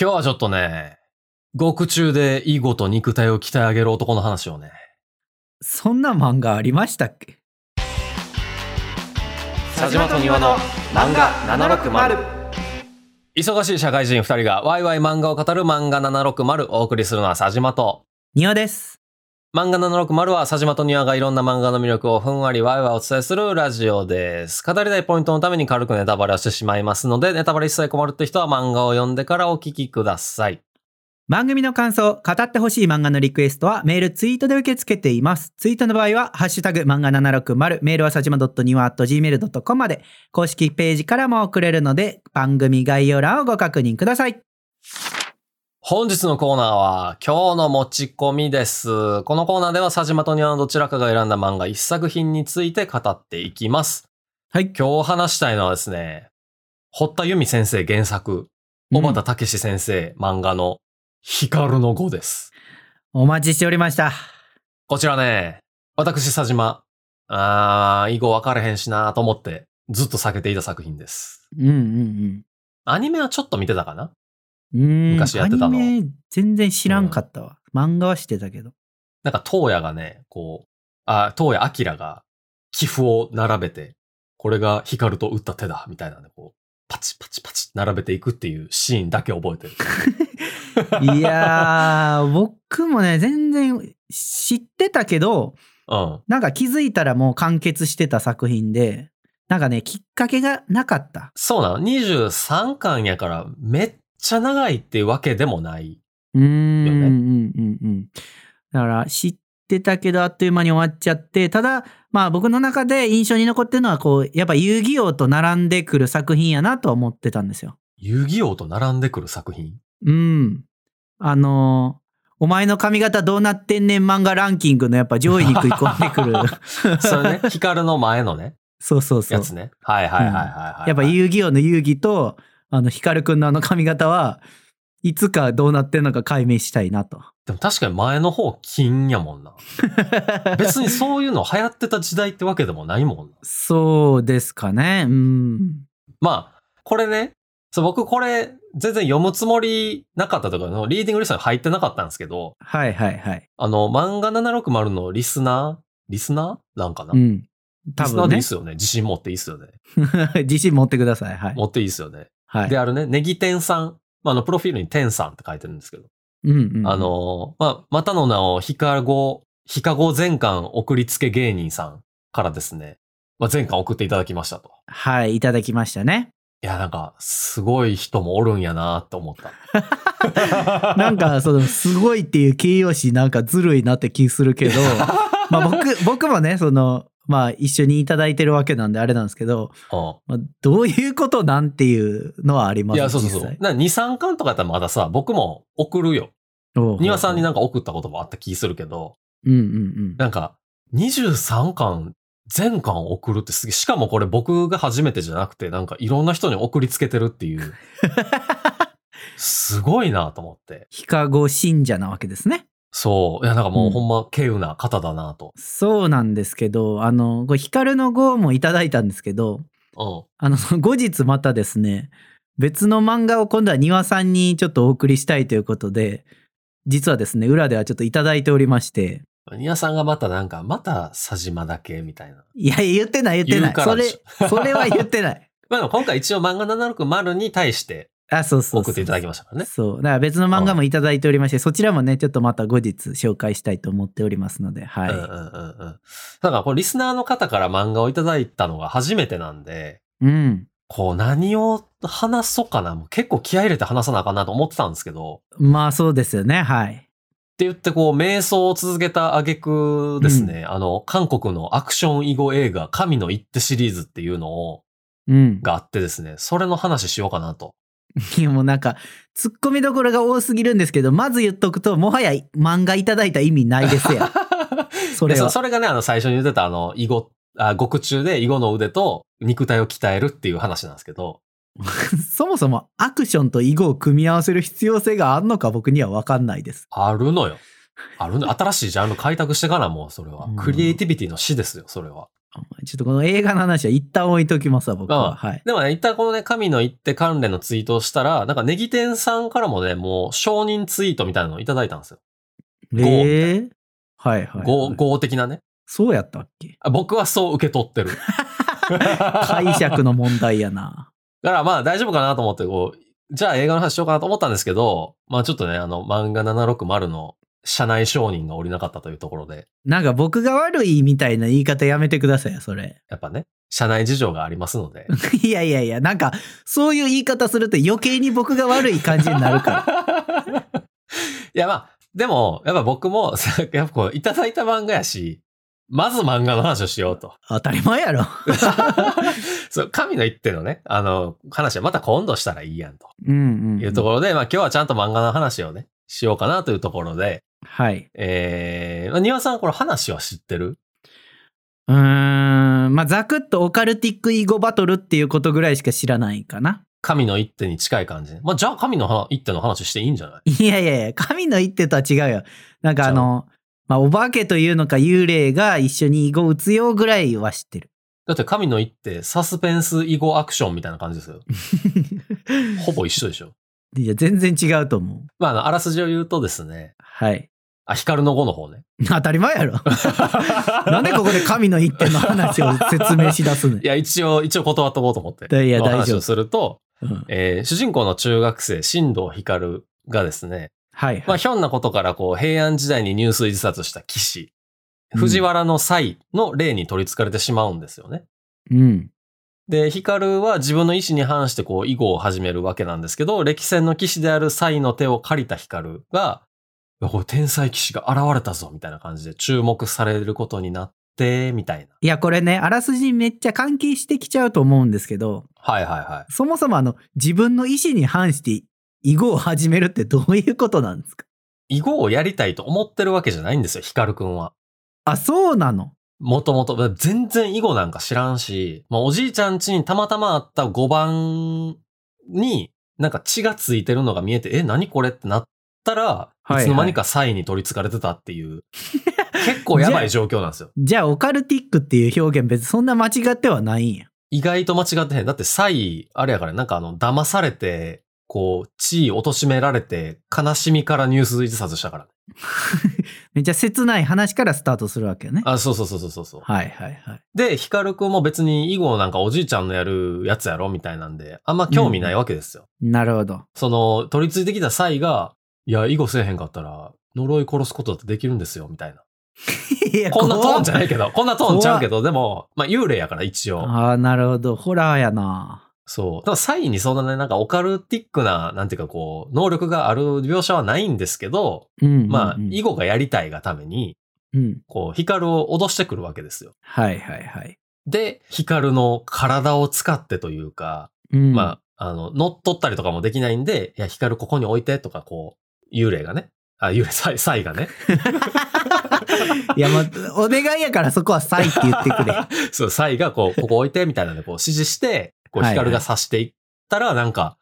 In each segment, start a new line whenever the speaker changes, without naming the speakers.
今日はちょっとね、獄中で囲碁と肉体を鍛え上げる男の話をね。
そんな漫画ありましたっけ
佐島と庭の漫画760
忙しい社会人二人がワイワイ漫画を語る漫画760をお送りするのは佐島と。
庭です。
漫画760は佐島と庭がいろんな漫画の魅力をふんわりワイワイお伝えするラジオです。語りたいポイントのために軽くネタバレをしてしまいますので、ネタバレ一切困るって人は漫画を読んでからお聞きください。
番組の感想、語ってほしい漫画のリクエストはメール、ツイートで受け付けています。ツイートの場合は、ハッシュタグ漫画760、メールはさじま .niwa.gmail.com まで、公式ページからも送れるので、番組概要欄をご確認ください。
本日のコーナーは今日の持ち込みです。このコーナーでは佐島と庭のどちらかが選んだ漫画一作品について語っていきます。
はい。
今日話したいのはですね、堀田由美先生原作、小畑武史先生漫画の光の語です。
お待ちしておりました。
こちらね、私佐島、あー、以後分かれへんしなと思ってずっと避けていた作品です。
うんうん
アニメはちょっと見てたかな
うん。うーん
昔やってたの
アニメ全然知らんかったわ。漫画はしてたけど。
なんか、東野がね、こう、あ、東野明が寄付を並べて、これが光と打った手だ、みたいなんで、こう、パチパチパチ並べていくっていうシーンだけ覚え てる。
いやー、僕もね、全然知ってたけど、
うん。
なんか気づいたらもう完結してた作品で、なんかね、きっかけがなかった。
そうなの。23巻やから、めっちゃ長いってわけでもない。
うーん、
よ
うん
ね
うんうん。だから知ってたけど、あっという間に終わっちゃって、ただ、まあ僕の中で印象に残ってるのは、こう、やっぱ遊戯王と並んでくる作品やなとは思ってたんですよ。
遊戯王と並んでくる作品。
うん。あのーお前の髪型どうなってんねん漫画ランキングのやっぱ上位に食い込んでくる。
それね、光の前のね、
そうそうそう
や。つね。はいはいはいはいはい、
やっぱ遊戯王の遊戯と、あの、ヒカルくんのあの髪型は、いつかどうなってんのか解明したいなと。
でも確かに前の方金やもんな。別にそういうの流行ってた時代ってわけでもないもんな。
そうですかね。うん。
まあ、これね、そう僕これ全然読むつもりなかったとかのリーディングリストに入ってなかったんですけど、
はいはいはい。
あの、漫画760のリスナーリスナーなんかな、
うん。多
リスナー
分
でいい
ね
っ。すよね。自信持っていいっすよね。
自信持ってください。はい。
持っていいっすよね。
はい
で、。あるね、ネギ天さん。まあ、あの、プロフィールに天さんって書いてるんですけど。
うんうん。
あ、の、まあ、またの名をヒカゴ、ヒカゴ全巻送りつけ芸人さんからですね、まあ、全巻送っていただきましたと。
はい、いただきましたね。
いや、なんか、すごい人もおるんやなって思った。
なんか、その、すごいっていう形容詞なんかずるいなって気するけど、 まあ僕、僕もね、その、まあ一緒にいただいてるわけなんであれなんですけど、
う
まあ、どういうことなんていうのはありま
ん、い
す
や、そうそう
実
そう
際。
な2、3巻とかやったらまださ、僕も送るよ。
おう
庭さんになんか送ったこともあった気するけど、
うんうん
なんか、23巻、全巻送るってすげえ。しかもこれ僕が初めてじゃなくて、なんかいろんな人に送りつけてるっていう、
うん。
すごいなと思って。
ヒカゴ信者なわけですね。
そう。いや、なんかもううんほんま、稀有な方だなと。
そうなんですけど、あの、これヒカルの号もいただいたんですけど、
うん。
あの、 その後日またですね、別の漫画を今度は庭さんにちょっとお送りしたいということで、実はですね、裏ではちょっといただいておりまして、
庭さんがまたなんか、また佐島だけみたいな。
いや、言ってない言って
言う
ない。
か
そ
らで
れ
し、
それは言ってない。
まあでも今回一応漫画760に対して
あ、そうそうそ
送
う
っていただきましたからね。
そう。だから別の漫画もいただいておりまして、そちらもね、ちょっとまた後日紹介したいと思っておりますので、はい。
うんうんうんうん。だからこれリスナーの方から漫画をいただいたのが初めてなんで、
うん。
こう何を話そうかな。もう結構気合い入れて話さなあかんなと思ってたんですけど、っ
まあそうですよね、はい。
て言ってこう瞑想を続けた挙句ですね、あの、韓国のアクション囲碁映画神の一手シリーズっていうのを、
うん。
があってですね、それの話しようかなと。
いやもうなんか、ツッコミどころが多すぎるんですけど、まず言っとくと、もはや漫画いただいた意味ないです やん。 それ
で
は。
それがね、あの、最初に言ってた、あの、囲碁、あ獄中で囲碁の腕と肉体を鍛えるっていう話なんですけど、
そもそもアクションと囲碁を組み合わせる必要性があるのか僕には分かんないです。
ある のよ。あるの。新しいジャンル開拓してからもう、それは
うん。
クリエイティビティの死ですよ、それは。
ちょっとこの映画の話は一旦置いときますわ、僕
あ
は。はい。
でもね、一旦このね、神の一手関連のツイートをしたら、なんかネギ店さんからもね、もう承認ツイートみたいなのをいただいたんですよ。
え
みたいな
ーはいはい、
合、
はい。
合的なね。
そうやったっ け
あ僕はそう受け取ってる。
解釈の問題やな。
だからまあ大丈夫かなと思って、こう、じゃあ映画の話しようかなと思ったんですけど、まあちょっとね、あの、漫画760の社内承認が降りなかったというところで、
なんか僕が悪いみたいな言い方やめてくださいよ、それ。
やっぱね、社内事情がありますので。
いやいやいや、なんか、そういう言い方すると余計に僕が悪い感じになるから。
いやまあ、でも、やっぱ僕も、さやっぱこう、いただいた漫画やし、まず漫画の話をしよう と。
当たり前やろ。
そう、神の一手のね、あの、話はまた今度したらいいやんと
うんうん。
いうところで、まあ今日はちゃんと漫画の話をね、しようかなというところで、
はい。
えー、まあ庭さんこれ話は知ってる
うーん。まあ、ざくっとオカルティック囲碁バトルっていうことぐらいしか知らないかな。
神の一手に近い感じね。まあじゃあ神のは一手の話していいんじゃない
いやいやいや、神の一手とは違うよ。なんかあの、まあ、お化けというのか幽霊が一緒に囲碁打つよぐらいは知ってる。
だって神の一手、サスペンス囲碁アクションみたいな感じです よ。ほぼ一緒でしょ。
いや、全然違うと思う。
まああの、あらすじを言うとですね、
はい。
あ、光の碁の方 ね。
当たり前 やろ。なんでここで神の一手の話を説明しだすねん
い。や、一応、一応断っとこうと思って。
いや
この
大
話
丈夫
をすると、
うん
えー主人公の中学生、新藤光がですね、
はい、
ま
は
あ、
い。
ひょんなことからこう平安時代に入水自殺した騎士、藤原の才の霊に取り憑かれてしまうんですよね。
うん。
で、光は自分の意思に反してこう、囲碁を始めるわけなんですけど、歴戦の騎士である才の手を借りた光が、いやこれ天才騎士が現れたぞ、みたいな感じで注目されることになって、みたいな。
いや、これね、あらすじめっちゃ関係してきちゃうと思うんですけど、
はいはいはい。
そもそもあの、自分の意思に反して囲碁を始めるってどういうことなんですか
囲碁をやりたいと思ってるわけじゃないんですよ、ヒカルくんは。
あ、そうなの。
もともと、全然囲碁なんか知らんし、まあ、おじいちゃん家にたまたまあった5番に、なんか血がついてるのが見えて、え、何これってなったら、
いはい
いつの間にかサイに取り憑かれてたっていう、結構やばい状況なんですよ。
じゃあ、オカルティックっていう表現別にそんな間違ってはないんや。
意外と間違ってへん。だってサイ、あれやから、なんかあの、騙されて、こう、地位貶められて、悲しみから入水自殺したから。
めっちゃ切ない話からスタートするわけよね。
あ、そうそうそうそうそうそう。
はいはいはい。
で、ヒカルくんも別に囲碁なんかおじいちゃんのやるやつやろみたいなんで、あんま興味ないわけですよ。
なるほど。
その、取り付いてきた際が、いや、囲碁せえへんかったら、呪い殺すことだってできるんですよ、みたいな。
いや
こんなトーンじゃないけど、こんなトーンちゃうけ
ど。
ど、でも、まあ、幽霊やから一応。
ああ、なるほど。ホラーやな。
そう。ただ、サイにそんなね、なんかオカルティックな、なんていうかこう、能力がある描写はないんですけど、
うんうんうん、
まあ、囲碁がやりたいがために、
うん。
こう、ヒカルを脅してくるわけですよ。
はいはいはい。
で、ヒカルの体を使ってというか、
うん、
まあ、あの、乗っ取ったりとかもできないんで、いや、光ここに置いてとか、こう、幽霊がね。あ、幽霊、サイ、サイがね。
いや、まあ、お願いやからそこはサイって言ってく れ。
そう、サイがこう、ここ置いてみたいなんで、こう、指示して、こう、
はいはい
光が刺していったら、なんか、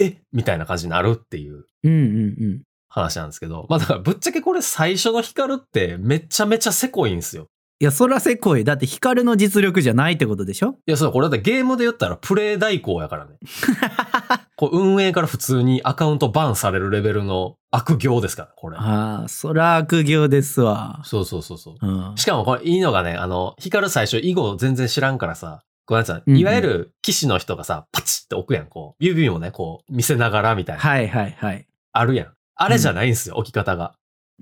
えみたいな感じになるっていう
うんうんうん。
話なんですけど。まあ、だから、ぶっちゃけこれ最初の光って、めちゃめちゃせこいんですよ。
いや、そらせこい。だって光の実力じゃないってことでしょ
いや、そう、これだってゲームで言ったら、プレイ代行やからね。こう、運営から普通にアカウントバンされるレベルの悪行ですから、これ。
ああ、そら悪行ですわ。
そうそうそうそう。
うん。
しかもこれいいのがね、あの、ヒカル最初囲碁全然知らんからさ、こうなんつうの
うんうん
いわゆる騎士の人がさ、パチって置くやん、こう。指もね、こう、見せながらみたいな。
はいはいはい。
あるやん。あれじゃないんですよ、置き方が。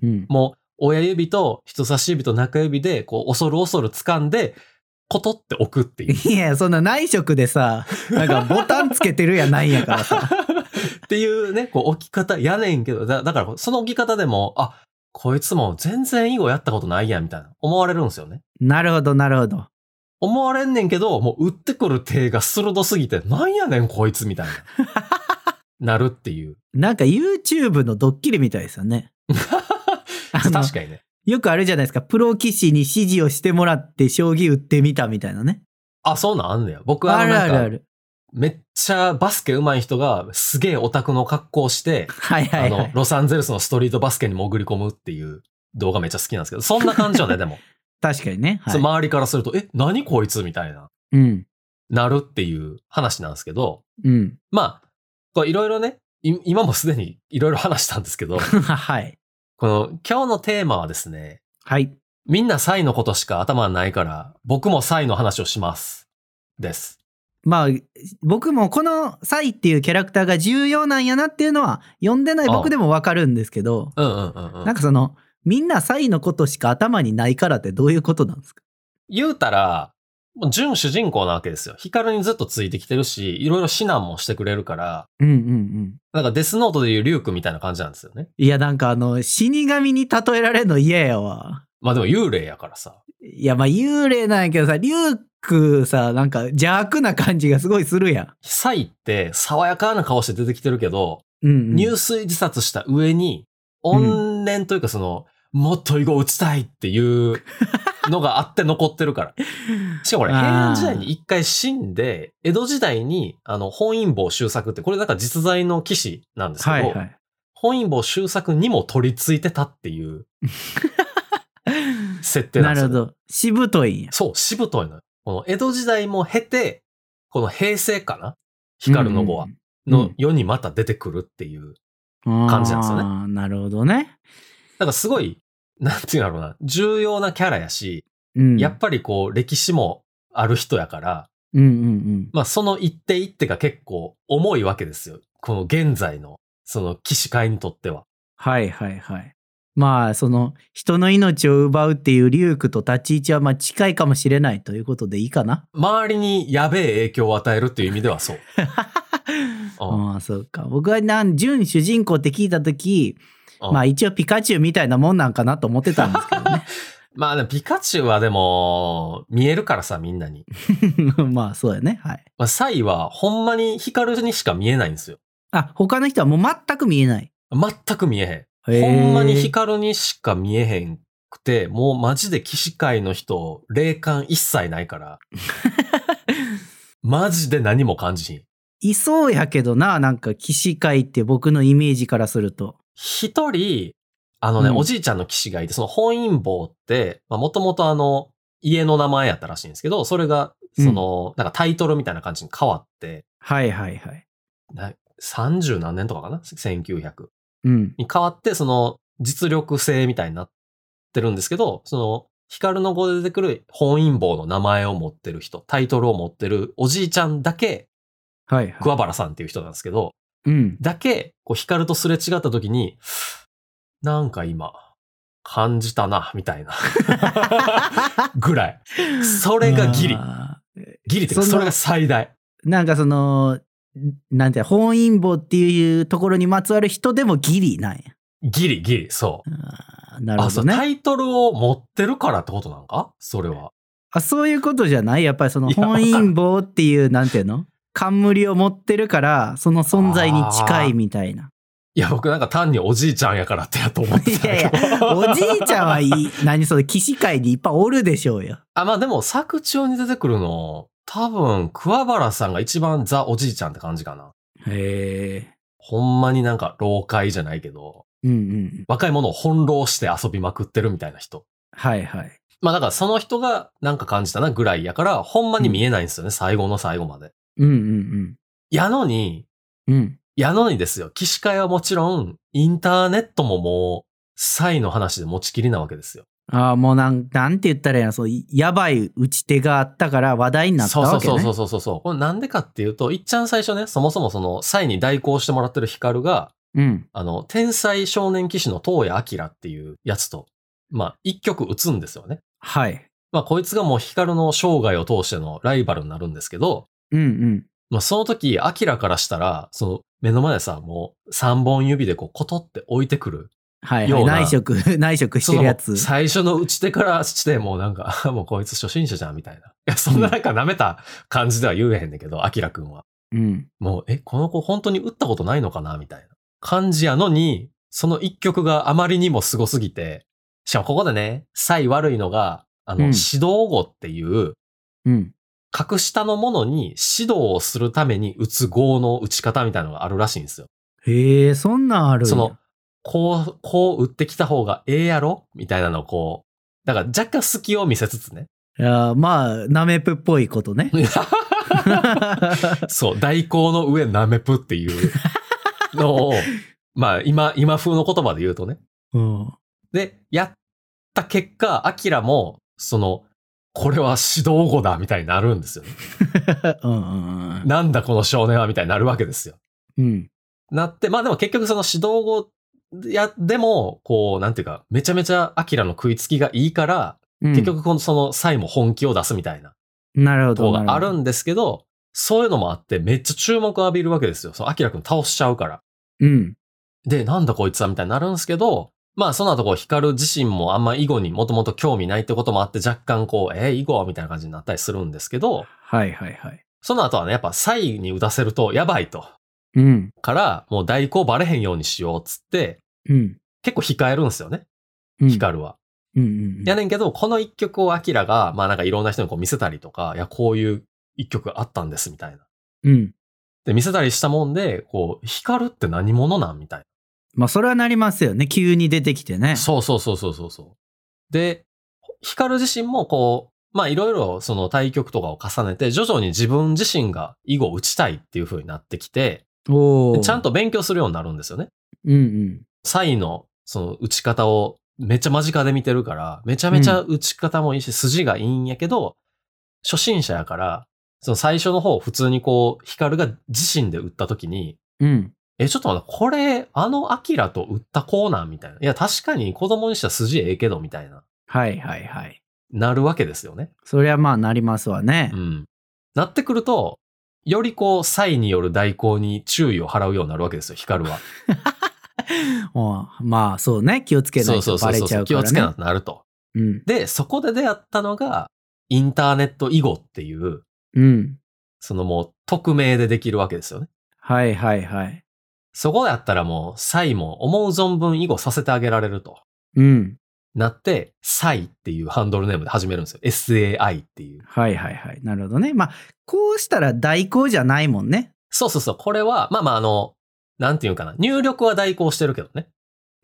うん。
もう、親指と人差し指と中指で、こう、恐る恐る掴んで、コトって置くって いう。
いや、そんな内職でさ、なんかボタンつけてるやないんやからさ。
っていうね、こう、置き方やねんけど、だだから、その置き方でも、あ、こいつも全然囲碁やったことないやん、みたいな。思われるんですよね。
なるほどなるほど。
思われんねんけど、もう打ってくる手が鋭すぎて、なんやねんこいつみたい な。なるっていう。
なんか YouTube のドッキリみたいですよ ね。あ
確
の
かにね。
よくあるじゃないですか。プロ棋士に指示をしてもらって将棋打ってみたみたいなね。
あ、そうなんあんねや。僕は
あ
あの
る
な
あ
ん
るあ
か、
る。
めっちゃバスケ上手い人がすげえオタクの格好をして、
はいはいは
あの
い、。
ロサンゼルスのストリートバスケに潜り込むっていう動画めっちゃ好きなんですけど、そんな感じよね、でも。
確かにね。はい
それ周りからすると、え、何こいつみたいな、
うん。
なるっていう話なんですけど、
うん。
まあ、こういろいろね、い今もすでにいろいろ話したんです けど、
はい。
この今日のテーマはですね、
はい。
みんなサイのことしか頭にないから、僕もサイの話をします。です。
まあ、僕もこのサイっていうキャラクターが重要なんやなっていうのは、読んでない僕でもわかるんですけど、
うんうんうんうん。
なんかその、みんなサイのことしか頭にないからってどういうことなんですか
言うたら、もう純主人公なわけですよ。ヒカルにずっとついてきてるし、いろいろ指南もしてくれるから、
うんうんうん。
なんかデスノートでいうリュウ君みたいな感じなんですよね。
いや、なんかあの、死神に例えられるの嫌やわ。
まあでも幽霊やからさ。
いや、まあ幽霊なんやけどさ、リュウクさ、なんか邪悪な感じがすごいするや
サイって爽やかな顔して出てきてるけど、
ん。うん、うん。
入水自殺した上に、怨念というかその、もっと囲碁打ちたいって いうのがあって残ってるから。しかもこれ、
あー
平安時代に一回死んで、江戸時代に、あの、本因坊周作って、これなんか実在の騎士なんですけど、
はいはい。
本因坊周作にも取り付いてたっていう 設定な
なん
です
る
よ。
ほど。しぶといんや。
そう、しぶといのよ。この江戸時代も経て、この平成かな光の子は、の世にまた出てくるっていう。
感
じなんですよね
ね。なるほどね。
なんかすごい、なんていうんだろうな、重要なキャラやし、
うん。
やっぱりこう、歴史もある人やから、
うんうん
まあその一手一手が結構重いわけですよ。この現在の、その騎士会にとっては。
はいはいはい。まあその人の命を奪うっていうリュウクと立ち位置はまあ近いかもしれないということでいいかな。
周りにやべえ影響を与えるっていう意味では そう。うん
ああそうか。僕はなん純主人公って聞いた時
うん
まあ一応ピカチュウみたいなもんなんかなと思ってたんですけどね。
まあでもピカチュウはでも、見えるからさ、みんなに。
まあそうやねはい
まあ、サイはほんまに光にしか見えないんですよ。
あ他の人はもう全く見えない
全く見えへ
へ
ん。
ー
ほんまに光にしか見えへんくて、もうマジで騎士界の人、霊感一切ない から。マジで何も感じひん。
いそうやけどななんか騎士界って僕のイメージからすると
一人、あのね、
うん
おじいちゃんの騎士がいて、その本因坊って、もともとあの、家の名前やったらしいんですけど、それが、その、なんかタイトルみたいな感じに変わって、
はいはいはい
な30何年とかかな ?1900。
うん
に変わって、その実力性みたいになってるんですけど、その、光の語で出てくる本因坊の名前を持ってる人、タイトルを持ってるおじいちゃんだけ、
はいは
桑原さんっていう人なんですけど、
いうん
だけ、こう、光とすれ違った時に、なんか今、感じたな、みたい な。ぐらい。 それがギリ。
あ
ギリっていうか
そんな
それが最大。
ーなんかそのなんていうの本因坊っていうところにまつわる人でもギリなんや
ギリ、ギリ、そう。
あーなる
あ、
ほ
そ
ど
う、タ
ね
イトルを持ってるからってことなんかそれは。
あそういうことじゃないやっぱりその
いや
本因坊っていうなんていうの冠を持ってるからその存在に近いみたいない
や、僕なんか単におじいちゃんやからってやと思ってた
いやいおじいちゃん はいい何その騎士界にいっぱいおるでしょうよ。
あ、まあでも作中に出てくるの、多分、桑原さんが一番ザおじいちゃんって感じかな。
へえ。
ほんまになんか、老会じゃないけど、
うんうん。
若い者を翻弄して遊びまくってるみたいな人。
はいはい。
まあだからその人がなんか感じたなぐらいやから、ほんまに見えないんですよね、最後の最後まで。
うんうん
やのに、
うん。うん。
やのにですよ、騎士会はもちろん、インターネットももう、サイの話で持ちきりなわけですよ。
ああもうなんなんて言ったらいいのそうやばい打ち手があったから話題になったわけね。
そうそうそうそうそう。これなんでかっていうと、いっちゃん最初ね、そもそもその、サイに代行してもらってるヒカルが、
うん。
あの、天才少年騎士の東谷明っていうやつと、まあ、一曲打つんですよね。
はい。
まあ、こいつがもうヒカルの生涯を通してのライバルになるんですけど、
うんうん。
まあ、その時、アキラからしたら、その、目の前でさ、もう、三本指でこう、コトって置いてくる。
はい、は
よ
い。
うな
内職、 内職してるや
その
つ。
最初の打ち手からして、もうなんか、 あもうこいつ初心者じゃん、みたいな。いや、そんななんか舐めた感じでは言えへんねんけど、アキラくんは。
うん。
もう、え、この子本当に打ったことないのかなみたいな感じやのに、その一曲があまりにもすごすぎて、しかもここでね、才悪いのが、あの、
うん
指導語っていう、
うん。
格下のものに指導をするために打つ語の打ち方みたいなのがあるらしいんですよ。
へえ、そんなんあるんや
その、こう、こう打ってきた方がええやろみたいなのをこだから若干隙を見せつつ ね。
いやーまあ、ナメプっぽいこ とね。
そう、代行の上ナメプっていう のを、まあ今、今風の言葉で言うとね。
うん、
で、やった結果、アキラも、その、これは指導語だみたいになるん ですよね。
うんうん
なんだこの少年はみたいになるわけですよ。
うん。
なって、まあでも結局その指導語や、でも、こう、なんていうか、めちゃめちゃアキラの食いつきがいいから、
うん。
結局このその際も本気を出すみたいな
なるほ
とこ
ど。
があ
な
る
ほど
んですけど、そういうのもあってめっちゃ注目を浴びるわけですよ。そのアキラくん倒しちゃうから。
うん。
で、なんだこいつはみたいになるんですけど、まあその後こう、ヒカル自身もあんま囲碁にもともと興味ないってこともあって若干こう、えー、囲碁みたいな感じになったりするんですけど、
はいはいはい。
その後はね、やっぱ際に打たせるとやばいと。
うん。
から、もう代行バレへんようにしようっつって、
うん。
結構控えるんですよね、
うん
ヒカルは。
うんうんうん。
やねんけど、この一曲をアキラが、まあなんかいろんな人にこう見せたりとか、いや、こういう一曲あったんですみたいな。
うん。
で、見せたりしたもんで、こう、ヒカルって何者なんみたい
まあ、それはなりますよね。急に出てきてね。
な。そうそうそうそうそうそう。で、ヒカル自身もこう、まあいろいろその対局とかを重ねて、徐々に自分自身が囲碁を打ちたいっていう風になってきて、
おー
ちゃん。と勉強するようになるんですよね。
うん
サイのその打ち方をめっちゃ間近で見てるから、めちゃめちゃ打ち方もいいし、筋がいいんやけど、初心者やから、その最初の方普通にこう、ヒカルが自身で打った時に、
うん。うん。
え、ちょっと待って、これ、あのアキラと打ったコーナーみたいな。いや、確かに子供にしたら筋ええけど、みたいな。
はいはいはい。
なるわけですよね。
そりゃまあ、なりますわね
う。ん。なってくると、よりこう、サイによる代行に注意を払うようになるわけですよ、ヒカルは。
うんまあ、そうね。気をつけな
そ
いう
そ
と
うそ
バ
う
レ
そう
ちゃ
そうう。
か
気
ら
を
ね。
つけなくなると。
うん。
で、そこで出会ったのが、インターネット囲碁っていう、
うん。
そのもう匿名でできるわけですよね。
はいはいはい。
そこやったらもう、サイも思う存分囲碁させてあげられると
うん。
なって、サイっていうハンドルネームで始めるんですよ。SAI っていう。
はいはいはい。なるほどね。まあ、こうしたら代行じゃないもんね。
そうそうそう、これは、まあまああの、なんていうかな、入力は代行してるけどね。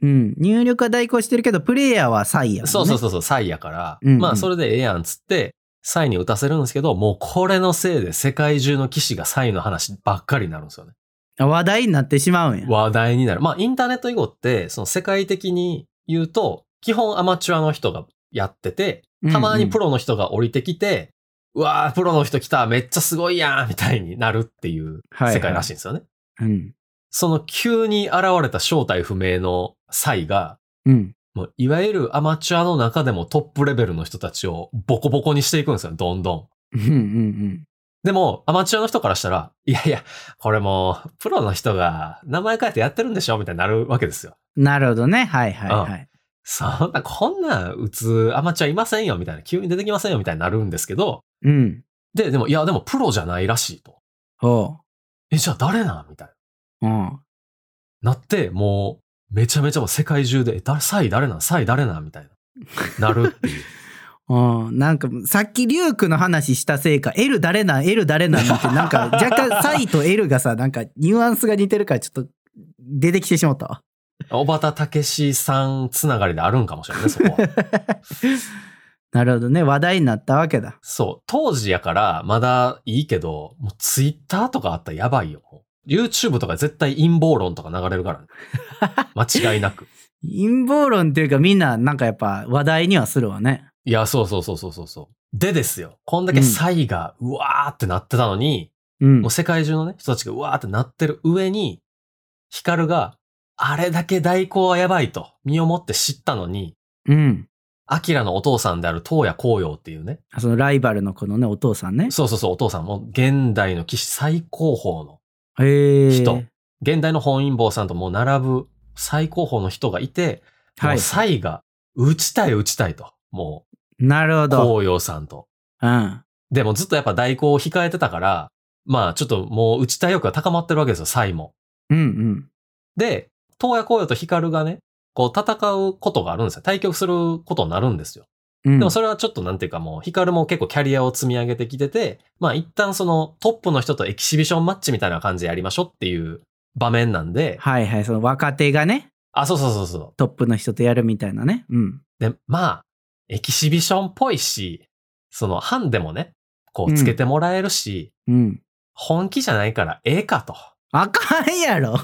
うん。入力は代行してるけど、プレイヤーはサイやもんね。
そうそうそうそう、サイやから、
うんうん
まあそれでええやんつって、サイに打たせるんですけど、もうこれのせいで世界中の騎士がサイの話ばっかりになるんですよね。
話題になってしまうんや。
話題になる。まあ、インターネット囲碁って、その世界的に言うと、基本アマチュアの人がやってて、たまにプ
ロ。
ロの人が降りてきて、うわー、プロの人来た、めっちゃすごいやんみたいになるっていう
はい
世界らしいんですよね。
うん。
その急に現れた正体不明の際が、
うん。
もういわゆるアマチュアの中でもトップレベルの人たちをボコボコにしていくんですよ、どんどん。
うんうんうん。
でも、アマチュアの人からしたら、いやいや、これもう、プロの人が名前変えてやってるんでしょみたいになるわけですよ。
なるほどね。はいはいはい。
そんな、こんなん打つアマチュアいませんよ、みたいな、急に出てきませんよ、みたいになるんですけど、
うん。
で、でも、いや、でもプロじゃないらしいと。
おう。
え、じゃあ誰なんみたい
うん。
な。なって、もう、めちゃめちゃもう世界中で、え、だサイ誰なんサイ誰なんみたいな。なるっていう。
うん、なんかさっきリュウクの話したせいか L 誰なん L 誰なんってなんか若干サイと L がさなんかニュアンスが似てるからちょっと出てきてしまったわ
小畑武史さんつながりであるんかもしれないね、そこは。
なるほどね話題になったわけだ
そう。当時やから、まだいいけど、もうツイッターとかあったらやばいよ。もう YouTube とか絶対陰謀論とか流れるから ね。間違いなく。
陰謀論っていうかみんななんかやっぱ話題にはするわね
いや、そうそうそうそうそうそう。でですよ。こんだけサイが、うわーってなってたのに、
うん
もう世界中のね、人たちがうわーってなってる上に、ヒカルが、あれだけ代行はやばいと、身をもって知ったのに、
うん
アキラのお父さんである東野光陽っていうね、
そのライバルのこのねお父さんね
そうそうそう、お父さんも現代の騎士最高峰の、
へえ
人現代の本因坊さんともう並ぶ最高峰の人がいて、
は
も
いう
サイが、打ちたい打ちたいと、も
なるほ
う、
ど
光陽さんと。
うん
でもずっとやっぱ代行を控えてたから、まあちょっともう打ちたい欲が高まってるわけですよ、サイも。
うんうん
で、東野光陽とヒカルがね、こう戦うことがあるんですよ。対局することになるんですよ。
うん
でもそれはちょっとなんていうかもう、ヒカルも結構キャリアを積み上げてきてて、まあ一旦そのトップの人とエキシビションマッチみたいな感じでやりましょうっていう場面なんで、
はいはいその若手がね
あ、そうそうそうそう。
トップの人とやるみたいなねうん
で、まあ、エキシビションっぽいし、その、ハンデもね、こう、つけてもらえるし、
うん。
本気じゃないから、ええかと。
あかんや ろ。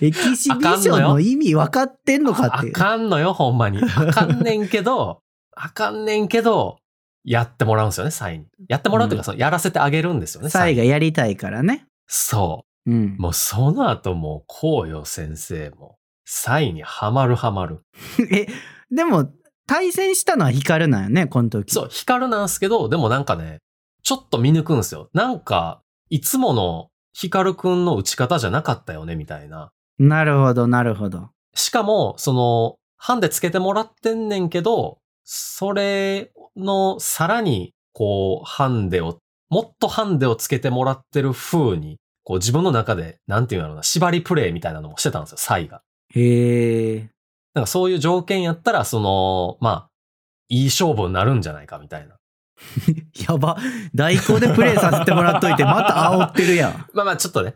エキシビションの意味分かってんのかっ
あ
ていう。
かんのよ、ほんまに。あかんねんけ ど、あかんねんけど、やってもらうんですよね、サイン。やってもらうというか、そのやらせてあげるんですよね、
サイ
に
がやりたいからね。
そ
うん
う。。もうその後もう、こうよ先生も、サインにはまるはまる。
え、でも、対戦したのはヒカルなんよね、この時。
そう、ヒカルなんすけど、でもなんかね、ちょっと見抜くんすよ。なんか、いつものヒカルくんの打ち方じゃなかったよね、みたいな。
なるほど、なるほど。
しかも、その、ハンデつけてもらってんねんけど、それのさらに、こう、ハンデを、もっとハンデをつけてもらってる風に、こう自分の中で、なんていうんだろうな、縛りプレイみたいなのもしてたんですよ、サイが。
へえ。
なんかそういう条件やったら、その、まあ、いい勝負になるんじゃないかみたいな。
やば。代行でプレイさせてもらっといて、また煽って るやん。
まあまあ、ちょっとね。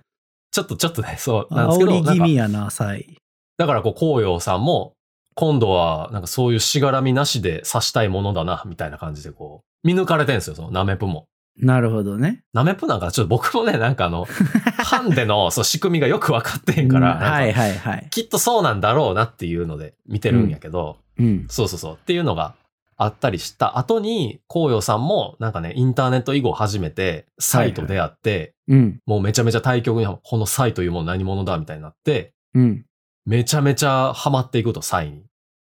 ちょっとちょっとね、そうなんですけ
煽
ど。
り気
なん
味
か
やな、サイ。
だからこう、紅葉さんも、今度は、なんかそういうしがらみなしで刺したいものだな、みたいな感じでこう、見抜かれてるんですよ、そのナメプも。
なるほどね。
ナメプなんか、ちょっと僕もね、なんかあの、 ハンデのそう仕組みがよく分かってへんから、
うん
な
は
ん
い
か
はいはい。
きっとそうなんだろうなっていうので見てるんやけど、
うん。
そうそうそう、っていうのがあったりした後に、紅葉さんも、なんかね、インターネット以後初めて、サイと出会って、
うん。
もうめちゃめちゃ対局に、このサイというもの何者だ、みたいになって、
うん。
めちゃめちゃハマっていくと、サイに。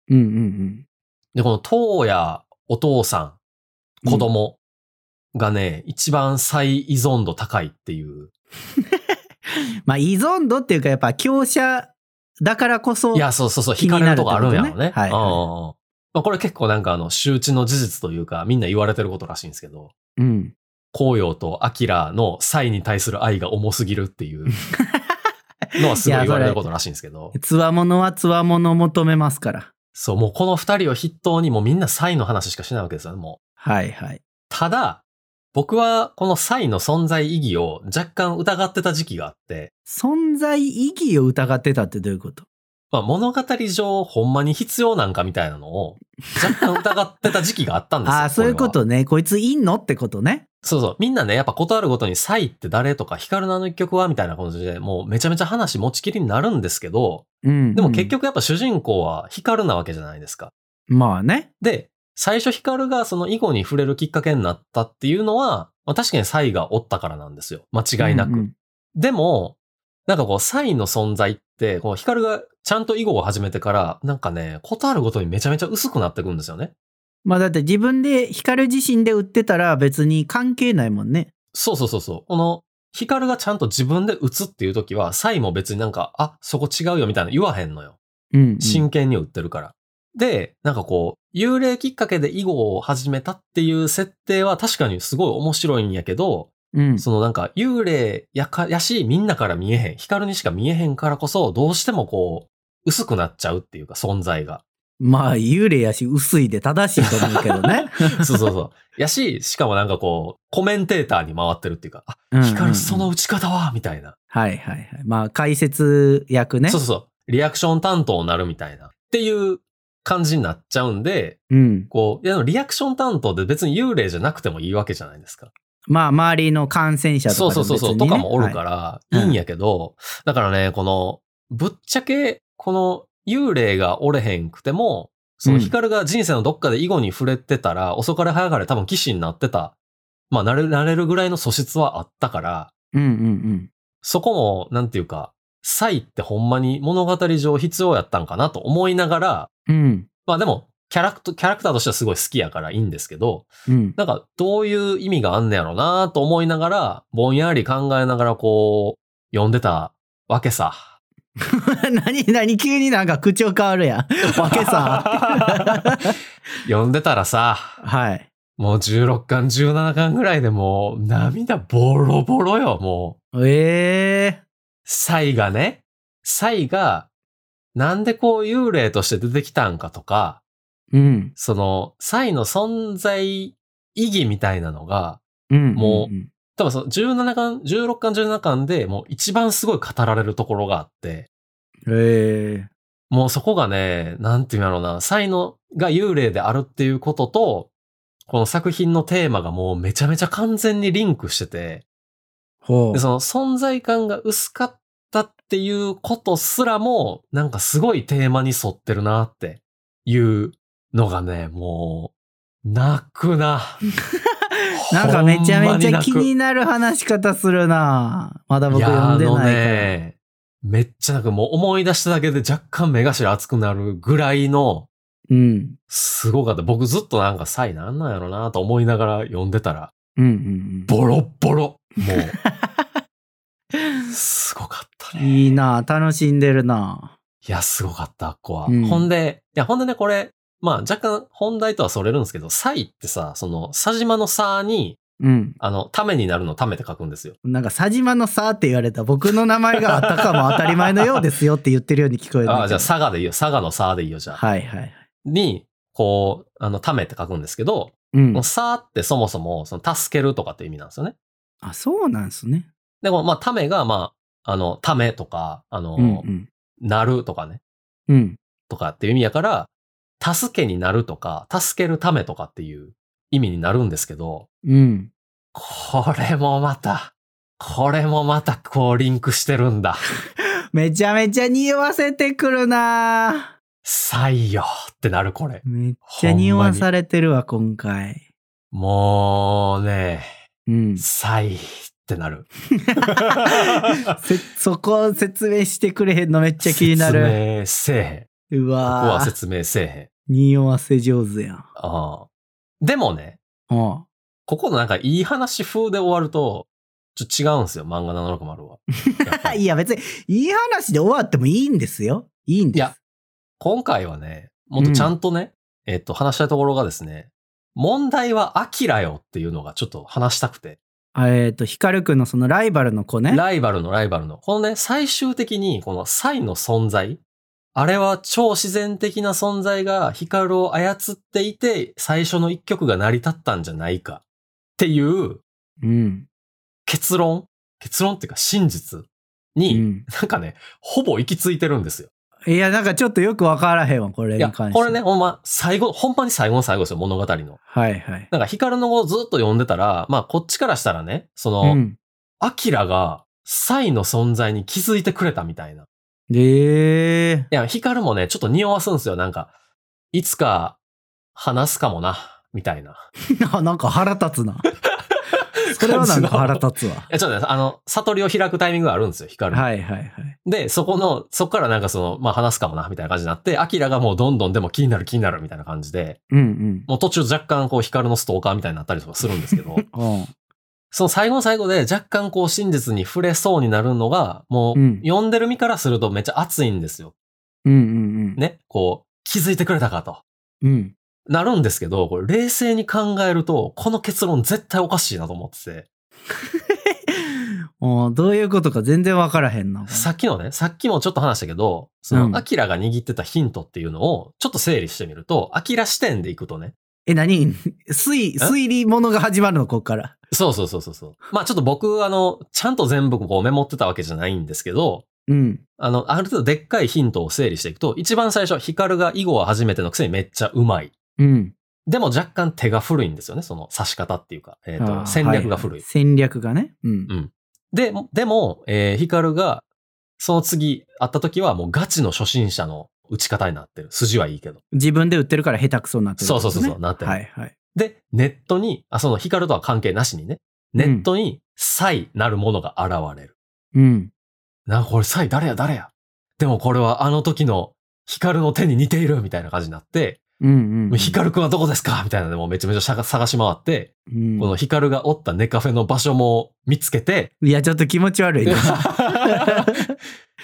うんうん
で、この、当やお父さ
うん
ん、子供がね、一番再依存度高いっていう。
うん。まあ、依存度っていうか、やっぱ、強者だからこそ。
いや、そうそうそう、
気
惹
に
か
なる
れるとこあるんやろ
っ
う
てことね
ね。
はい
うんうんうんまあ、これ結構なんかあの、周知の事実というか、みんな言われてることらしいんですけど、
うん。
紅葉とアキラのサイに対する愛が重すぎるって いうのはすごい言われることらしいんですけど。
つわものはつわものを求めますから。
そう、もうこの二人を筆頭にもうみんなサイの話しかしないわけですよね、もう。
はいはい。
ただ、僕はこのサイの存在意義を若干疑ってた時期があって、
存在意義を疑ってたってどういうこと
まあ、物語上ほんまに必要なんかみたいなのを若干疑ってた時期があったんですよ。
ああ、そういうこ
れは
とね。こいついんのってことね。
そうそう。みんなね、やっぱことあるごとにサイって誰とかヒカルのあの一曲はみたいな感じで、もうめちゃめちゃ話持ちきりになるんですけど、
うん。
でも結局やっぱ主人公はヒカルなわけじゃないですか。
うん。まあね。
で、最初ヒカルがその囲碁に触れるきっかけになったっていうのは、まあ、確かにサイがおったからなんですよ。間違いなく。
うんうん
でも、なんかこう、サイの存在って、こう、ヒカルがちゃんと囲碁を始めてから、なんかね、ことあるごとにめちゃめちゃ薄くなってくんですよね。
まあだって自分で光自身で売ってたら別に関係ないもんね。
そうそうそうそう。この、ヒカルがちゃんと自分で打つっていう時は、サイも別になんか、あ、そこ違うよみたいなの言わへんのよ。
うん、うん。
真剣に打ってるから。で、なんかこう、幽霊きっかけで囲碁を始めたっていう設定は確かにすごい面白いんやけど、
うん。
そのなんか幽霊やかやしみんなから見えへん、光にしか見えへんからこそ、どうしてもこう、薄くなっちゃうっていうか存在 が。
まあ幽霊やし薄いで正しいと思うけ どね。
そうそうそう。やし、しかもなんかこう、コメンテーターに回ってるっていうか、あ、
うんうんうん
光その打ち方はみたいな。
はいはいはい。まあ解説役ね。
そうそうそう。リアクション担当になるみたいな。っていう感じになっちゃうんで、
うん。
こう、いやでもリアクション担当で別に幽霊じゃなくてもいいわけじゃないですか。
まあ周りの感染者とか
そうそうそうそう、とかもおる
ら。
から、
い
いいんやけど、だからね、この、ぶっちゃけ、この幽霊がおれへんくても、そうの
ん
ヒカルが人生のどっかで囲碁に触れてたら、遅かれ早かれ多分騎士になってた、まあ、なれ、なれるぐらいの素質はあったから、
はいうんうんうん。
そこも、なんていうか、才ってほんまに物語上必要やったんかなと思いながら、
うん。
まあでも、キャラクター、キャラクターとしてはすごい好きやからいいんですけど、
うん。
なんか、どういう意味があんねやろなと思いながら、ぼんやり考えながらこう、読んでたわけさ。
何何急になんか口調変わる やん。わけさ。
読んでたらさ、
はい。
もう16巻、17巻ぐらいでもう、涙ボロボロよ、もう。
ええ
サイがね、サイが、なんでこう幽霊として出てきたんかとか、
うん。
その、サイの存在意義みたいなのが、
うん。
も
うん。
多分その17巻、16巻、17巻でもう一番すごい語られるところがあって、
ええ
もうそこがね、なんていうんだろうな、才能が幽霊であるっていうことと、この作品のテーマがもうめちゃめちゃ完全にリンクしてて、
ほ
でその存在感が薄かったっていうことすらも、なんかすごいテーマに沿ってるなっていうのがね、もう、泣くな。
なんかめちゃめち
ほ
ゃ気
んま泣く
になる話し方するなまだ僕
いや
読んでない
あ
か
の
ら。
ね、めっちゃなんかもう思い出しただけで若干目頭熱くなるぐらいの、
うん。
すごかった。僕ずっとなんかサイなんなんやろなと思いながら読んでたら、
うんうん
ボロッボロ。も う。すごかった
うん。
ね。
いいな楽しんでるない
や、すごかった、あっこは。
うん
ほんで、いや、ほんでね、これ、まあ若干本題とはそれるんですけど、サイってさ、その、佐島のさに、
うん。
あの、ためになるのためって書くんですよ。
なんか、佐島のさって言われた僕の名前があたかも当たり前のようですよって言ってるように聞こえる。
ああ、じゃあ佐賀でいいよ。佐賀のさでいいよ、じゃあ。
はいはいはい。
に、こう、あの、ためって書くんですけど、
うん
もう。さってそもそも、その、助けるとかって意味なんですよね。
あ、そうなんすね。
でも、まあ、ためが、まあ、あの、ためとか、あの、
うんうん。
なるとかね、
うん。
とかっていう意味やから、助けになるとか、助けるためとかっていう意味になるんですけど、
うん。
これもまた、これもまたこうリンクしてるんだ。
めちゃめちゃ匂わせてくるな
採用ってなるこれ。
めっちゃ匂わされてるわ、今回。
もうね、
うん。
採ってな る。
せそこを説明してくれへんのめっちゃ気になる。
説明せえへん。こ
う
こは
わぁ。
説明せえへん。
匂わせ上手やん。
ああでもね、
ああ
ここのなんかいい話風で終わると、ちょっと違うんですよ、漫画760は。やっぱり
いや別にいい話で終わってもいいんですよ。いいんです。
いや今回はね、もっとちゃんとね、えっと、話したいところがですね、問題はアキラよっていうのがちょっと話したくて、
あえっ、と、ヒカルくんのそのライバルの子ね。
ライバルのライバルの、このね、最終的にこのサイの存在、あれは超自然的な存在がヒカルを操っていて、最初の一曲が成り立ったんじゃないかっていう
うん。
結論、結論っていうか真実
う
に、
ん。
なんかね、ほぼ行き着いてるんですよ。
いや、なんかちょっとよくわからへんわ、これ
い
に
や、
関して。
これね、。ほんま、最後、ほんまに最後の最後ですよ、物語の。
はいはい。
なんか、ヒカルの語をずっと読んでたら、まあ、こっちからしたらね、その、
うん。
アキラが、サイの存在に気づいてくれたみたいな。い
で、え
や、ヒカルもね、ちょっと匂わすんですよ。なんか、いつか、話すかもな、みたいな。
ー、なんか腹 立つな。 それはなんか腹立つわ。
え、ちょっとね、あの、悟りを開くタイミングがあるんですよ、ヒカル。
はいはいはい。
で、そこの、そこからなんかその、まあ、話すかもな、みたいな感じになって、アキラがもうどんどんでも気になる気になるみたいな感じで、
うん
もう途中若干こう、ヒカルのストーカーみたいになったりとかするんですけ ど、
うん。うん。
その最後の最後で若干こう真実に触れそうになるのが、もう
うん
読んでる身からするとめっちゃ熱いんですよ。
うんうんうん。。
ね。こう、気づいてくれたかと。
うん。
なるんですけど、これ冷静に考えると、この結論絶対おかしいなと思って
もうどういうことか全然わからへんな。
て、さっきのね、さっきもちょっと話したけど、そ
うん
の、アキラが握ってたヒントっていうのを、ちょっと整理してみると、アキラ視点でいくとね、
え、何 推、推理ものが始まるの、こっから。
そうそうそうそうそう。まあちょっと僕、あの、ちゃんと全部こうメモってたわけじゃないんですけど、
うん。
あの、ある程度でっかいヒントを整理していくと、一番最初、ヒカルが囲碁は初めてのくせにめっちゃうまい。
うん。
でも若干手が古いんですよね、その指し方っていうか、えっ、
あー
と、戦略が古い。
はは戦略がね。うん。
で、でも、えーヒカルが、その次会った時はもうガチの初心者の打ち方になってる。筋はいいけど。
自分で売ってるから下手くそになってる、
そうそうそうそうなってる
はいはい。
で、ネットに、あ、そのヒカルとは関係なしにね、ネットに、サイなるものが現れる。
うん。
なんかこれサイ誰や誰やでもこれはあの時のヒカルの手に似ているみたいな感じになって、
うんうん、うん。
ヒカルくんはどこですかみたいなので、もうめちゃめちゃ探探し回って、
うん
このヒカルがおったネカフェの場所も見つけて、
いや、ちょっと気持ち 悪い
い
な。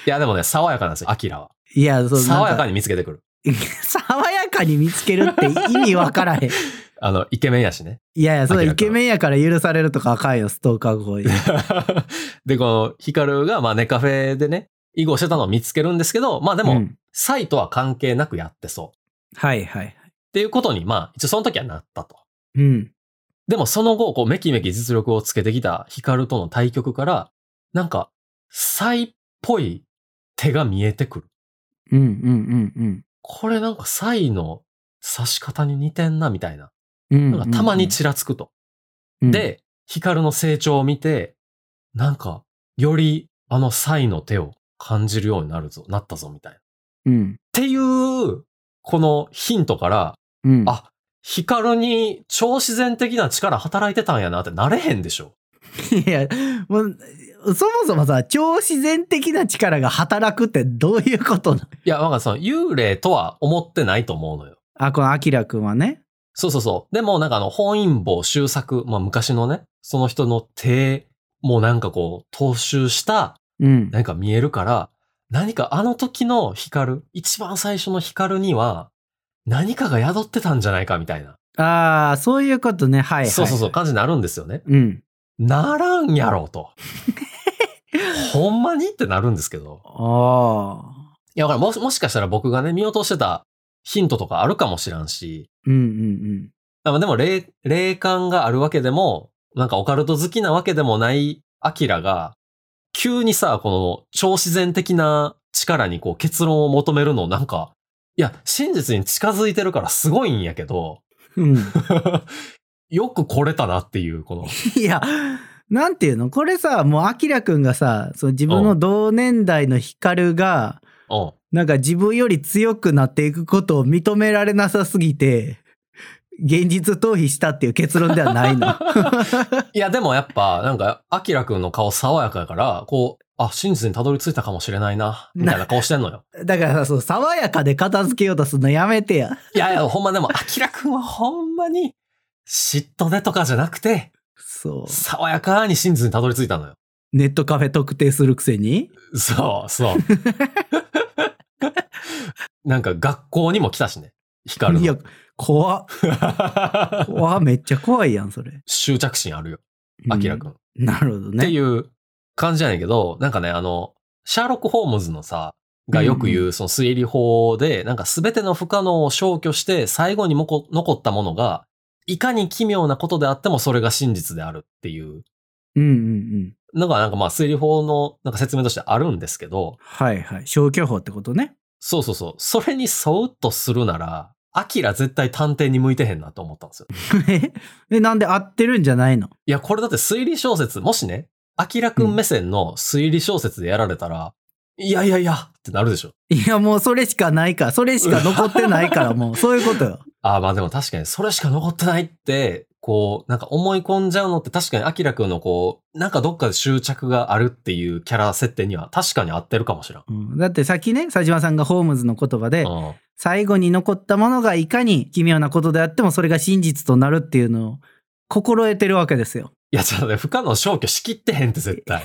やでもね、爽やかなんですよ、アキラは。
いや、そう
爽やか
に。
に見つけてくる。
爽やかに見つけるって意味わからへん。
あの、イケメンやしね。
いやいや、そ
明
う
らか
イケメンやから許されるとかあかんよ、ストーカー行為。
で、このヒカルが、まあネカフェでね、囲碁してたのを見つけるんですけど、まあでも、
うん
サイとは関係なくやってそう。っ
はいはい。
ていうことに、まあ、一応その時はなったと。
うん。
でもその後、こう、めきめき実力をつけてきたヒカルとの対局から、なんか、サイっぽい手が見えてくる。
うんうんうん
これなんかサイの刺し方に似てんなみたいな。
うん。
なんかたまにちらつくと。
うん、
で、ヒカルの成長を見て、なんか、よりあのサイの手を感じるようになるぞ、なったぞみたいな。っ
うん、
ていう、このヒントから、
うん。
あヒカルに超自然的な力働いてたんやなってなれへんでしょ。
いや、もう、そもそもさ、超自然的な力が働くってどういうことなの
いや、なんかその幽霊とは思ってないと思うのよ。
あ、このアキラくんはね。
そうそうそう。でもなんかあの、本因坊周作、まあ昔のね、その人の手もなんかこう、踏襲した、
うん。
なんか見えるから、何かあの時の光る、一番最初の光るには、何かが宿ってたんじゃないかみたいな。
ああ、そういうことね。はい、はい。
そうそうそう、感じになるんですよね。
う。うん。
ならんやろ と。ほんまにってなるんですけど。
ああ。
いや、だからもし、もしかしたら僕がね、見落としてたヒントとかあるかもしらんし、
うんうん
まあでも霊、霊感があるわけでも、なんかオカルト好きなわけでもないアキラが、急にさ、この超自然的な力にこう結論を求めるのなんか、いや、真実に近づいてるからすごいんやけど、
うん。うん。
よく来れたなっていう、この、
いや、なんていうのこれさ、もうアキラくんがさ、その自分の同年代のヒカルが、
うん。
なんか自分より強くなっていくことを認められなさすぎて、現実逃避したっていう結論ではないの。
いや、でもやっぱ、なんか、アキラくんの顔爽やかやから、こう、あ、真実にたどり着いたかもしれないな、みたいな顔してんのよ。
だからさ、そう、爽やかで片付けようとするのやめてや。
いやいや、ほんまでも、アキラくんはほんまに、嫉妬でとかじゃなくて、
そ
爽やかに真実にたどり着いたのよ。
う。ネットカフェ特定するくせに
そう、 そう。なんか学校にも来たしね。光
いや
る、
怖っ。
の。
怖っ めっちゃ怖いやん、それ。
執着心あるよ、
う
ア
ん
キラくん。っ
なるほどね。
ていう感じやねんけど、なんかね、あの、シャーロック・ホームズのさ、がよく
う
言うその推理法で、なんか全ての不可能を消去して、最後にもこ残ったものが、いかに奇妙なことであってもそれが真実であるっていう
うんうんうん。
のが、なんかまあ推理法のなんか説明としてあるんですけど、
はいはい。消去法ってことね。
そうそうそう。それにそっとするなら、アキラ絶対探偵に向いてへんなと思ったんですよ。
えで、なんで合ってるんじゃないの
いや、これだって推理小説、もしね、アキラくん目線の推理小説でやられたら、いやいやいやってなるでしょ。
いや、もうそれしかないから、それしか残ってな いから、もう、そういうことよ。
ああ、まあでも確かにそれしか残ってないって、こう、なんか思い込んじゃうのって確かにアキラくんのこう、なんかどっかで執着があるっていうキャラ設定には確かに合ってるかもしれん。
うんだってさっきね、佐島さんがホームズの言葉で、
うん。
最後に残ったものがいかに奇妙なことであっても、それが真実となるっていうのを心得てるわけですよ。
いや、ちょっとね、不可能消去しきってへんって絶対。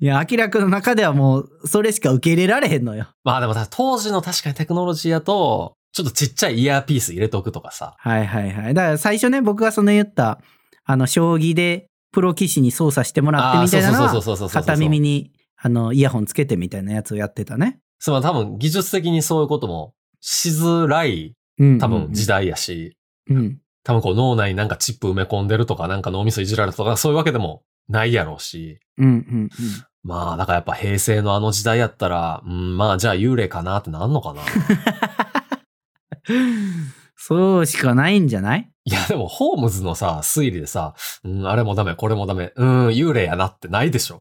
いや、明らかの中ではもう、それしか受け入れられへんのよ。
まあでもさ当時の確かにテクノロジーやと、ちょっとちっちゃいイヤーピース入れとくとかさ。
はいはいはい。だから最初ね、僕がその言った、あの、将棋でプロ棋士に操作してもらってみたいなの
あーそう
は、
そうそうそうそうそうそう。
片耳に、あの、イヤホンつけてみたいなやつをやってたね。
そう、多分技術的にそういうこともしづらい、
うん
多分時。代やし、
うん。
多分こう脳内になんかチップ埋め込んでるとか、なんか脳みそいじられたとか、そういうわけでもないやろうし。
うんうん
まあ、だからやっぱ平成のあの時代やったら、うん、まあじゃあ幽霊かなってなんのかな。
うん。そうしかないんじゃない
いや、でもホームズのさ、推理でさ、うん、あれもダメ、これもダメ、うん、幽霊やなってないで しょ。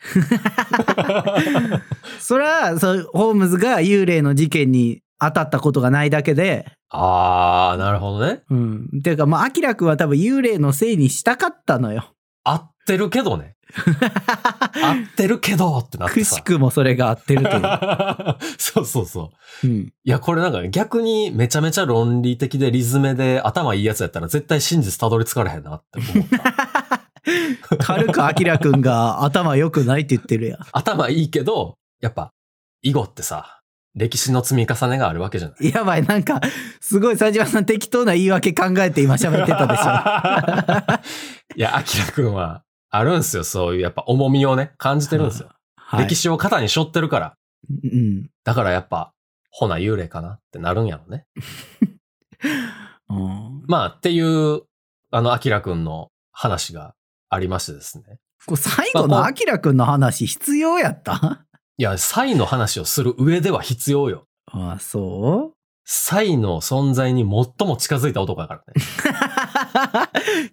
それはそうホームズが幽霊の事件に当たったことがないだけで、
あー、なるほどね。
うん。っていうか、まあ、アキラくんは多分幽霊のせいにしたかった のよ。
合ってるけどね。合ってるけどってなって
く
さ
し。くもそれが合ってるという。
そうそうそう。
うん。
いや、これなんか逆にめちゃめちゃ論理的でリズムで頭いいやつやったら絶対真実たどり着かれへんなって 思った。
軽くアキラくんが頭良くないって言ってるやん。
頭いいけど、やっぱ、囲碁ってさ、歴史の積み重ねがあるわけじゃない。
やばい、なんか、すごい佐島さん適当な言い訳考えて今喋って たでしょ。
いや、アキラくんは、あるんすよ。そういう、やっぱ重みをね、感じてるんですよ。
はい
歴史を肩に背負ってるから。
うん。
だからやっぱ、ほな幽霊かなってなるんやろね。
うん
まあ、っていう、あの、アキラくんの話がありましてですね。
これ最後のアキラくんの話必要やった
いや、サイの話をする上では必要よ。
ああ、そう
サイの存在に最も近づいた男だからね。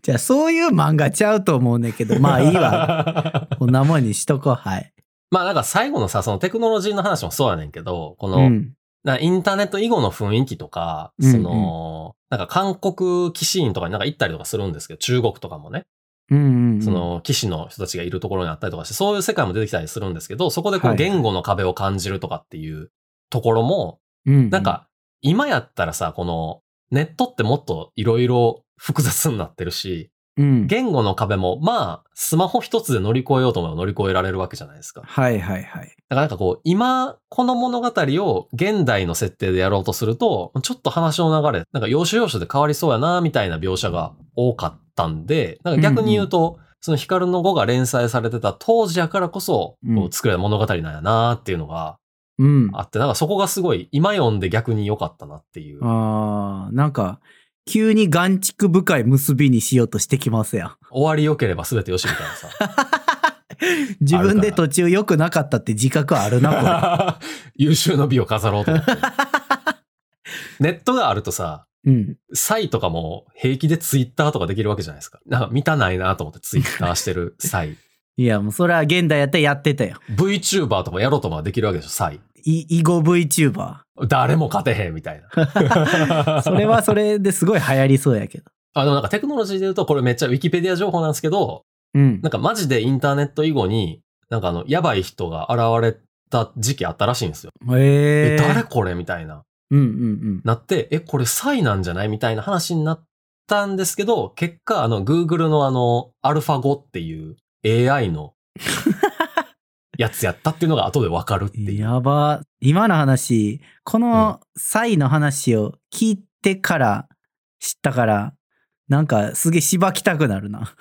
じゃあ、そういう漫画ちゃうと思うねんけ ど、まあい いわ。
わ。
こんなもんにしとこう、はい。
まあなんか最後のさ、そのテクノロジーの話もそうやねんけど、この、
うん。
なインターネット以後の雰囲気とか、
うんうん
その、なんか韓国騎士院とかになんか行ったりとかするんですけど、中国とかもね、
うんうんうん。
その騎士の人たちがいるところにあったりとかして、そういう世界も出てきたりするんですけど、そこでこ
は
う
いはい
言語の壁を感じるとかっていうところも、
う、う
なん、か今やったらさ、このネットってもっといろいろ複雑になってるし、
うん。
言語の壁もまあスマホ一つで乗り越えようと思えば乗り越えられるわけじゃないですか。
はいはいはい。
だからなんかこう、今、この物語を現代の設定でやろうとすると、ちょっと話の流れ、なんか要所要所で変わりそうやな、みたいな描写が多かったんで、なんか逆に言うと、その光の語が連載されてた当時やからこそ、
うん
こう作れた物語なんやなっていうのが
うん。
あって、なんかそこがすごい、今読んで逆に良かったなっていう。
ああ、なんか、急に眼畜深い結びにしようとしてきま すやん。
終わり良ければ全て良しみたいなさ。
自分で途中良くなかったって自覚あるな、こ
優秀の美を飾ろうと思って。ネットがあるとさ、
れ。うん。
サイとかも平気でツイッターとかできるわけじゃないですか。なんか見たないなと思ってツイッターして るサイ。
いや、もうそれは現代やったらやってたよ。
VTuber とかやろうともできるわけでしょ、サイ。
い、囲碁 VTuber。
誰も勝てへんみたいな。
それはそれですごい流行りそうやけど。
あの、なんかテクノロジーで言うと、これめっちゃウィキペディア情報なんですけど、
うん
な。んかマジでインターネット以後に、なんかあの、やばい人が現れた時期あったらしいんですよ。
え
え、
ー、
誰これみたいな。
うんうん
なって、え、これサイなんじゃないみたいな話になったんですけど、結果、あの、Google のあの、AlphaGo っていう AI のやつやったっていうのが後でわかるって
うん。
いう。
やば。今の話、このサイの話を聞いてから知ったから、なんかすげえしばきたくなるな。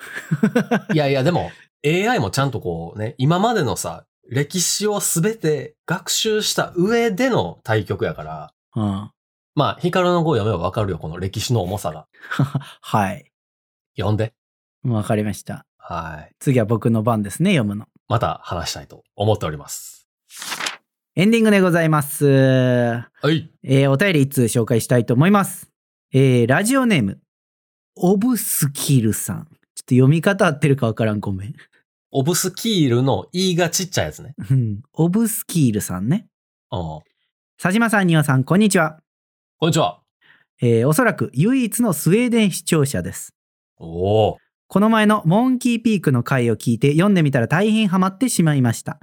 いやいや、でも AI もちゃんとこうね、今までのさ、歴史をすべて学習した上での対局やから、
うん。
まあ、ヒカルの語を読めばわかるよ、この歴史の重さが。
はい。
読んで。
わかりました。
はい。
次は僕の番ですね、読むの。
また話したいと思っております。
エンディングでございます。え
はい。
ーお便り一通紹介したいと思います。えーラジオネーム、オブスキルさん。ちょっと読み方合ってるかわからん、ごめん。
オブスキールの E がちっちゃいやつね。
うんオブスキルさんね。
うん。
佐島さん、丹羽さん、こんにちは。
こんにちは。
えーおそらく唯一のスウェーデン視聴者です。
おお。
この前のモンキーピークの回を聞いて読んでみたら大変ハマってしまいました。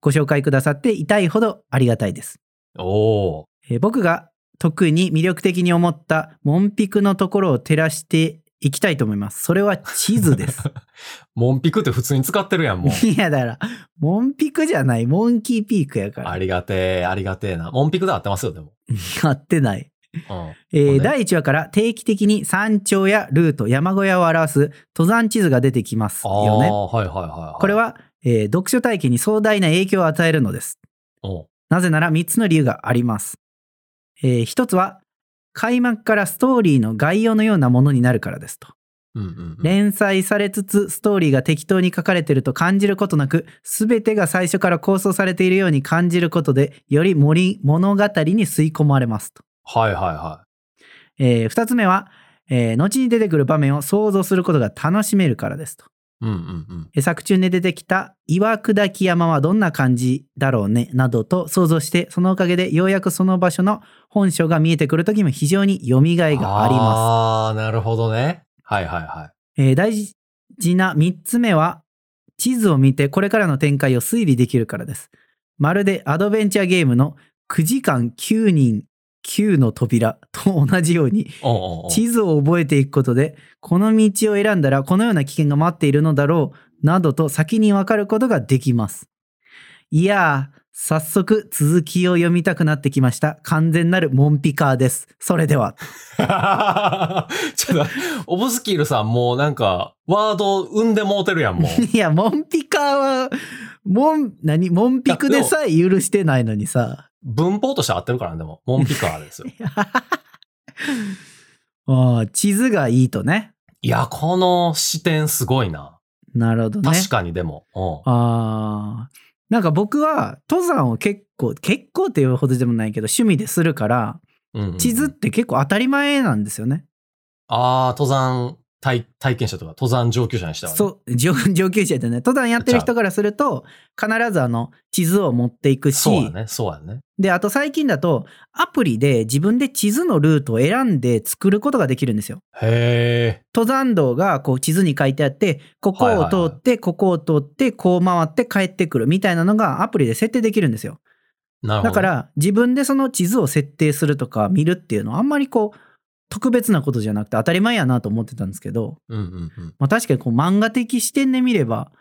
ご紹介くださって痛いほどありがたいです。
おお。
えー僕が特に魅力的に思ったモンピクのところを照らしていきたいと思います。それは地図 です。
モンピクって普通に使ってるやん、もう。
いやだから、モンピクじゃない、モンキーピークやか
あ
ら。
りがてえ、ありがてえな。モンピクで合ってますよ、でも。
合ってない。
うん。
えー
そうね
第1話から定期的に山頂やルート、山小屋を表す登山地図が出てきます
ああ、
よね。
はいはいはいはい。
これは、えー読書体験に壮大な影響を与えるのです。
うん、
なぜなら3つの理由があります。えー一つは、開幕からストーリーの概要のようなものになるからですと。
うんうんうん。
連載されつつストーリーが適当に書かれてると感じることなく全てが最初から構想されているように感じることでより森物語に吸い込まれますと。
はいはいは
え2つ目は、えー後に出てくる場面を想像することが楽しめるからですと。
い。うんうんうん。
えー作中で出てきた岩砕き山はどんな感じだろうねなどと想像してそのおかげでようやくその場所の本性が見えてくる時も非常に蘇りがあります。
ああ、なるほどね。はいはいは
えー大事な3つ目は地図を見てこれからの展開を推理できるからです。まるでアドベンチャーゲームの9時間9人9の扉と同じように
い。おんおんおん
地図を覚えていくことでこの道を選んだらこのような危険が待っているのだろうなどと先にわかることができます。いやー早速続きを読みたくなってきました。完全なるモンピカーです。それでは。
ちょっと、オブスキールさんもうなんか、ワード生んでもうてるや ん、もう。
いや、モンピカは、モン、何モンピクでさえ許してないのにさ。
文法として合ってるからね、でも。モンピカーですよ。
ああ、地図がいいとね。
いや、この視点すごいな。
なるほどね。
確かにでも。うん
ああ。なんか僕は登山を結構結構っていうほどでもないけど趣味でするから
うんうん
地図って結構当たり前なんですよね。
ああ、登山体体験者とか、登山上級者にしてはね、
そう上上級者じゃない登山やってる人からすると必ずあの地図を持っていくし、
そうやね。そうやね。
であと最近だとアプリで自分で地図のルートを選んで作ることができるんですよ。
へえ。
登山道がこう地図に書いてあってここ
はいはい
を
はい
通ってここを通ってこう回って帰ってくるみたいなのがアプリで設定できるんですよ。
なるほ
だ
ど。
から自分でその地図を設定するとか見るっていうのはあんまりこう特別なことじゃなくて当たり前やなと思ってたんですけど、
うんうんうん。
まあ、確かにこう漫画的視点で見れば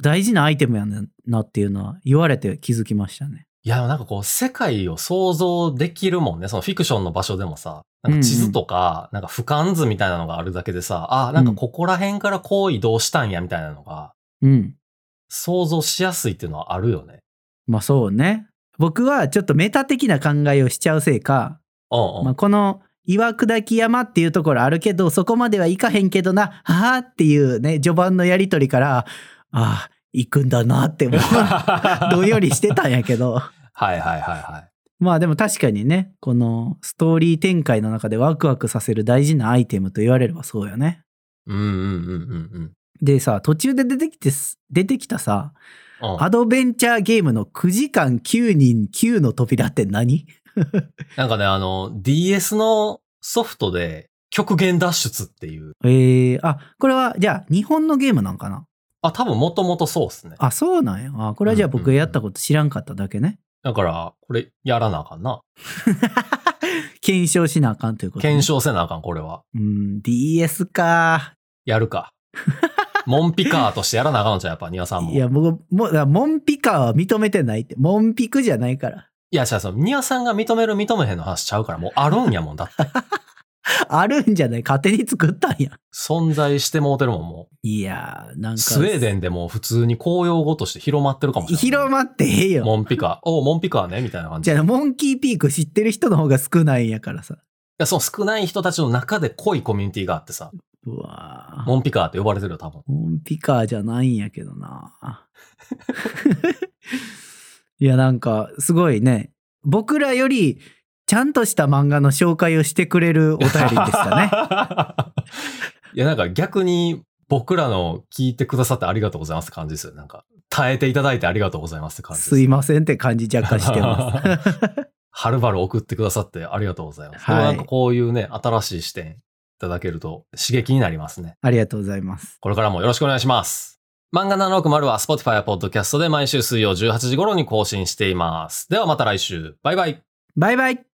大事なアイテムやなっていうのは言われて気づきましたね。
いや、なんかこう、世界を想像できるもんね。そのフィクションの場所でもさ、なんか地図とか、なんか俯瞰図みたいなのがあるだけでさ、ああ、なんかここら辺からこう移動したんやみたいなのが、
うん。
想像しやすいっていうのはあるよね。
まあそうね。僕はちょっとメタ的な考えをしちゃうせいか、
うんうん。
まあ、この岩砕き山っていうところあるけどそこまではいかへんけどなははっていうね序盤のやり取りからああ行くんだなっ て僕はどんよりしてたんやけど。
はいはいはいはい。
まあでも確かにね、このストーリー展開の中でワクワクさせる大事なアイテムと言われればそうよね。
うんうんうんうん
でさ、途中で出てきてす、出てきたさ、
うん。うん
アドベンチャーゲームの9時間9人9の扉って何
なんかね、あの、DS のソフトで極限脱出っていう。
えー、あ、これはじゃあ日本のゲームなんかな
あ、多分もともとそうっすね。
あ、そうなんや。あ、これはじゃあ
うんうんう
僕
ん
やったこと知らんかっただけね。
だから、これやらなあかんな。
検証しなあかんということね、
検証せなあかん、これは。
うん、DS か。
やる か。モンピカーとしてやらなあかんのじゃん、やっぱ、庭さんも。
い
いや、
や、僕、もう、だからモンピカは認めてないって。モンピクじゃないから。
違う、そう、庭さんが認める、認めへんの話ちゃうから、もうあるんやもん。だ って、
あるんじゃない勝手に作ったんや。
存在してもうてるもん、も
いやー、なん
う。
か。
スウェーデンでもう普通に公用語として広まってるかもしれない。
広まってへんよ。
モンピカー。おうモンピカーね、みたいな感じ。
じ
い
ゃあ、モンキーピーク知ってる人の方が少ないんやからさ。
や、その少ない人たちの中で濃いコミュニティがあってさ、
うわー。
モンピカーって呼ばれてるよ、多分。
モンピカーじゃないんやけどな。 いや、なんか、すごいね。僕らより、ちゃんとした漫画の紹介をしてくれるお便りでした ね。
ね。 いや、なんか逆に僕らの聞いてくださってありがとうございますって感じですよ。なんか、耐えていただいてありがとうございますって感じです。
すいませんって感じ若干してます。
はるばる送ってくださってありがとうございます。
はい
でもなんかこういうね、新しい視点いただけると刺激になりますね。
ありがとうございます。
これからもよろしくお願いします。漫画760は Spotify や Podcast で毎週水曜18時頃に更新しています。ではまた来週。バイバイ。
バイバイ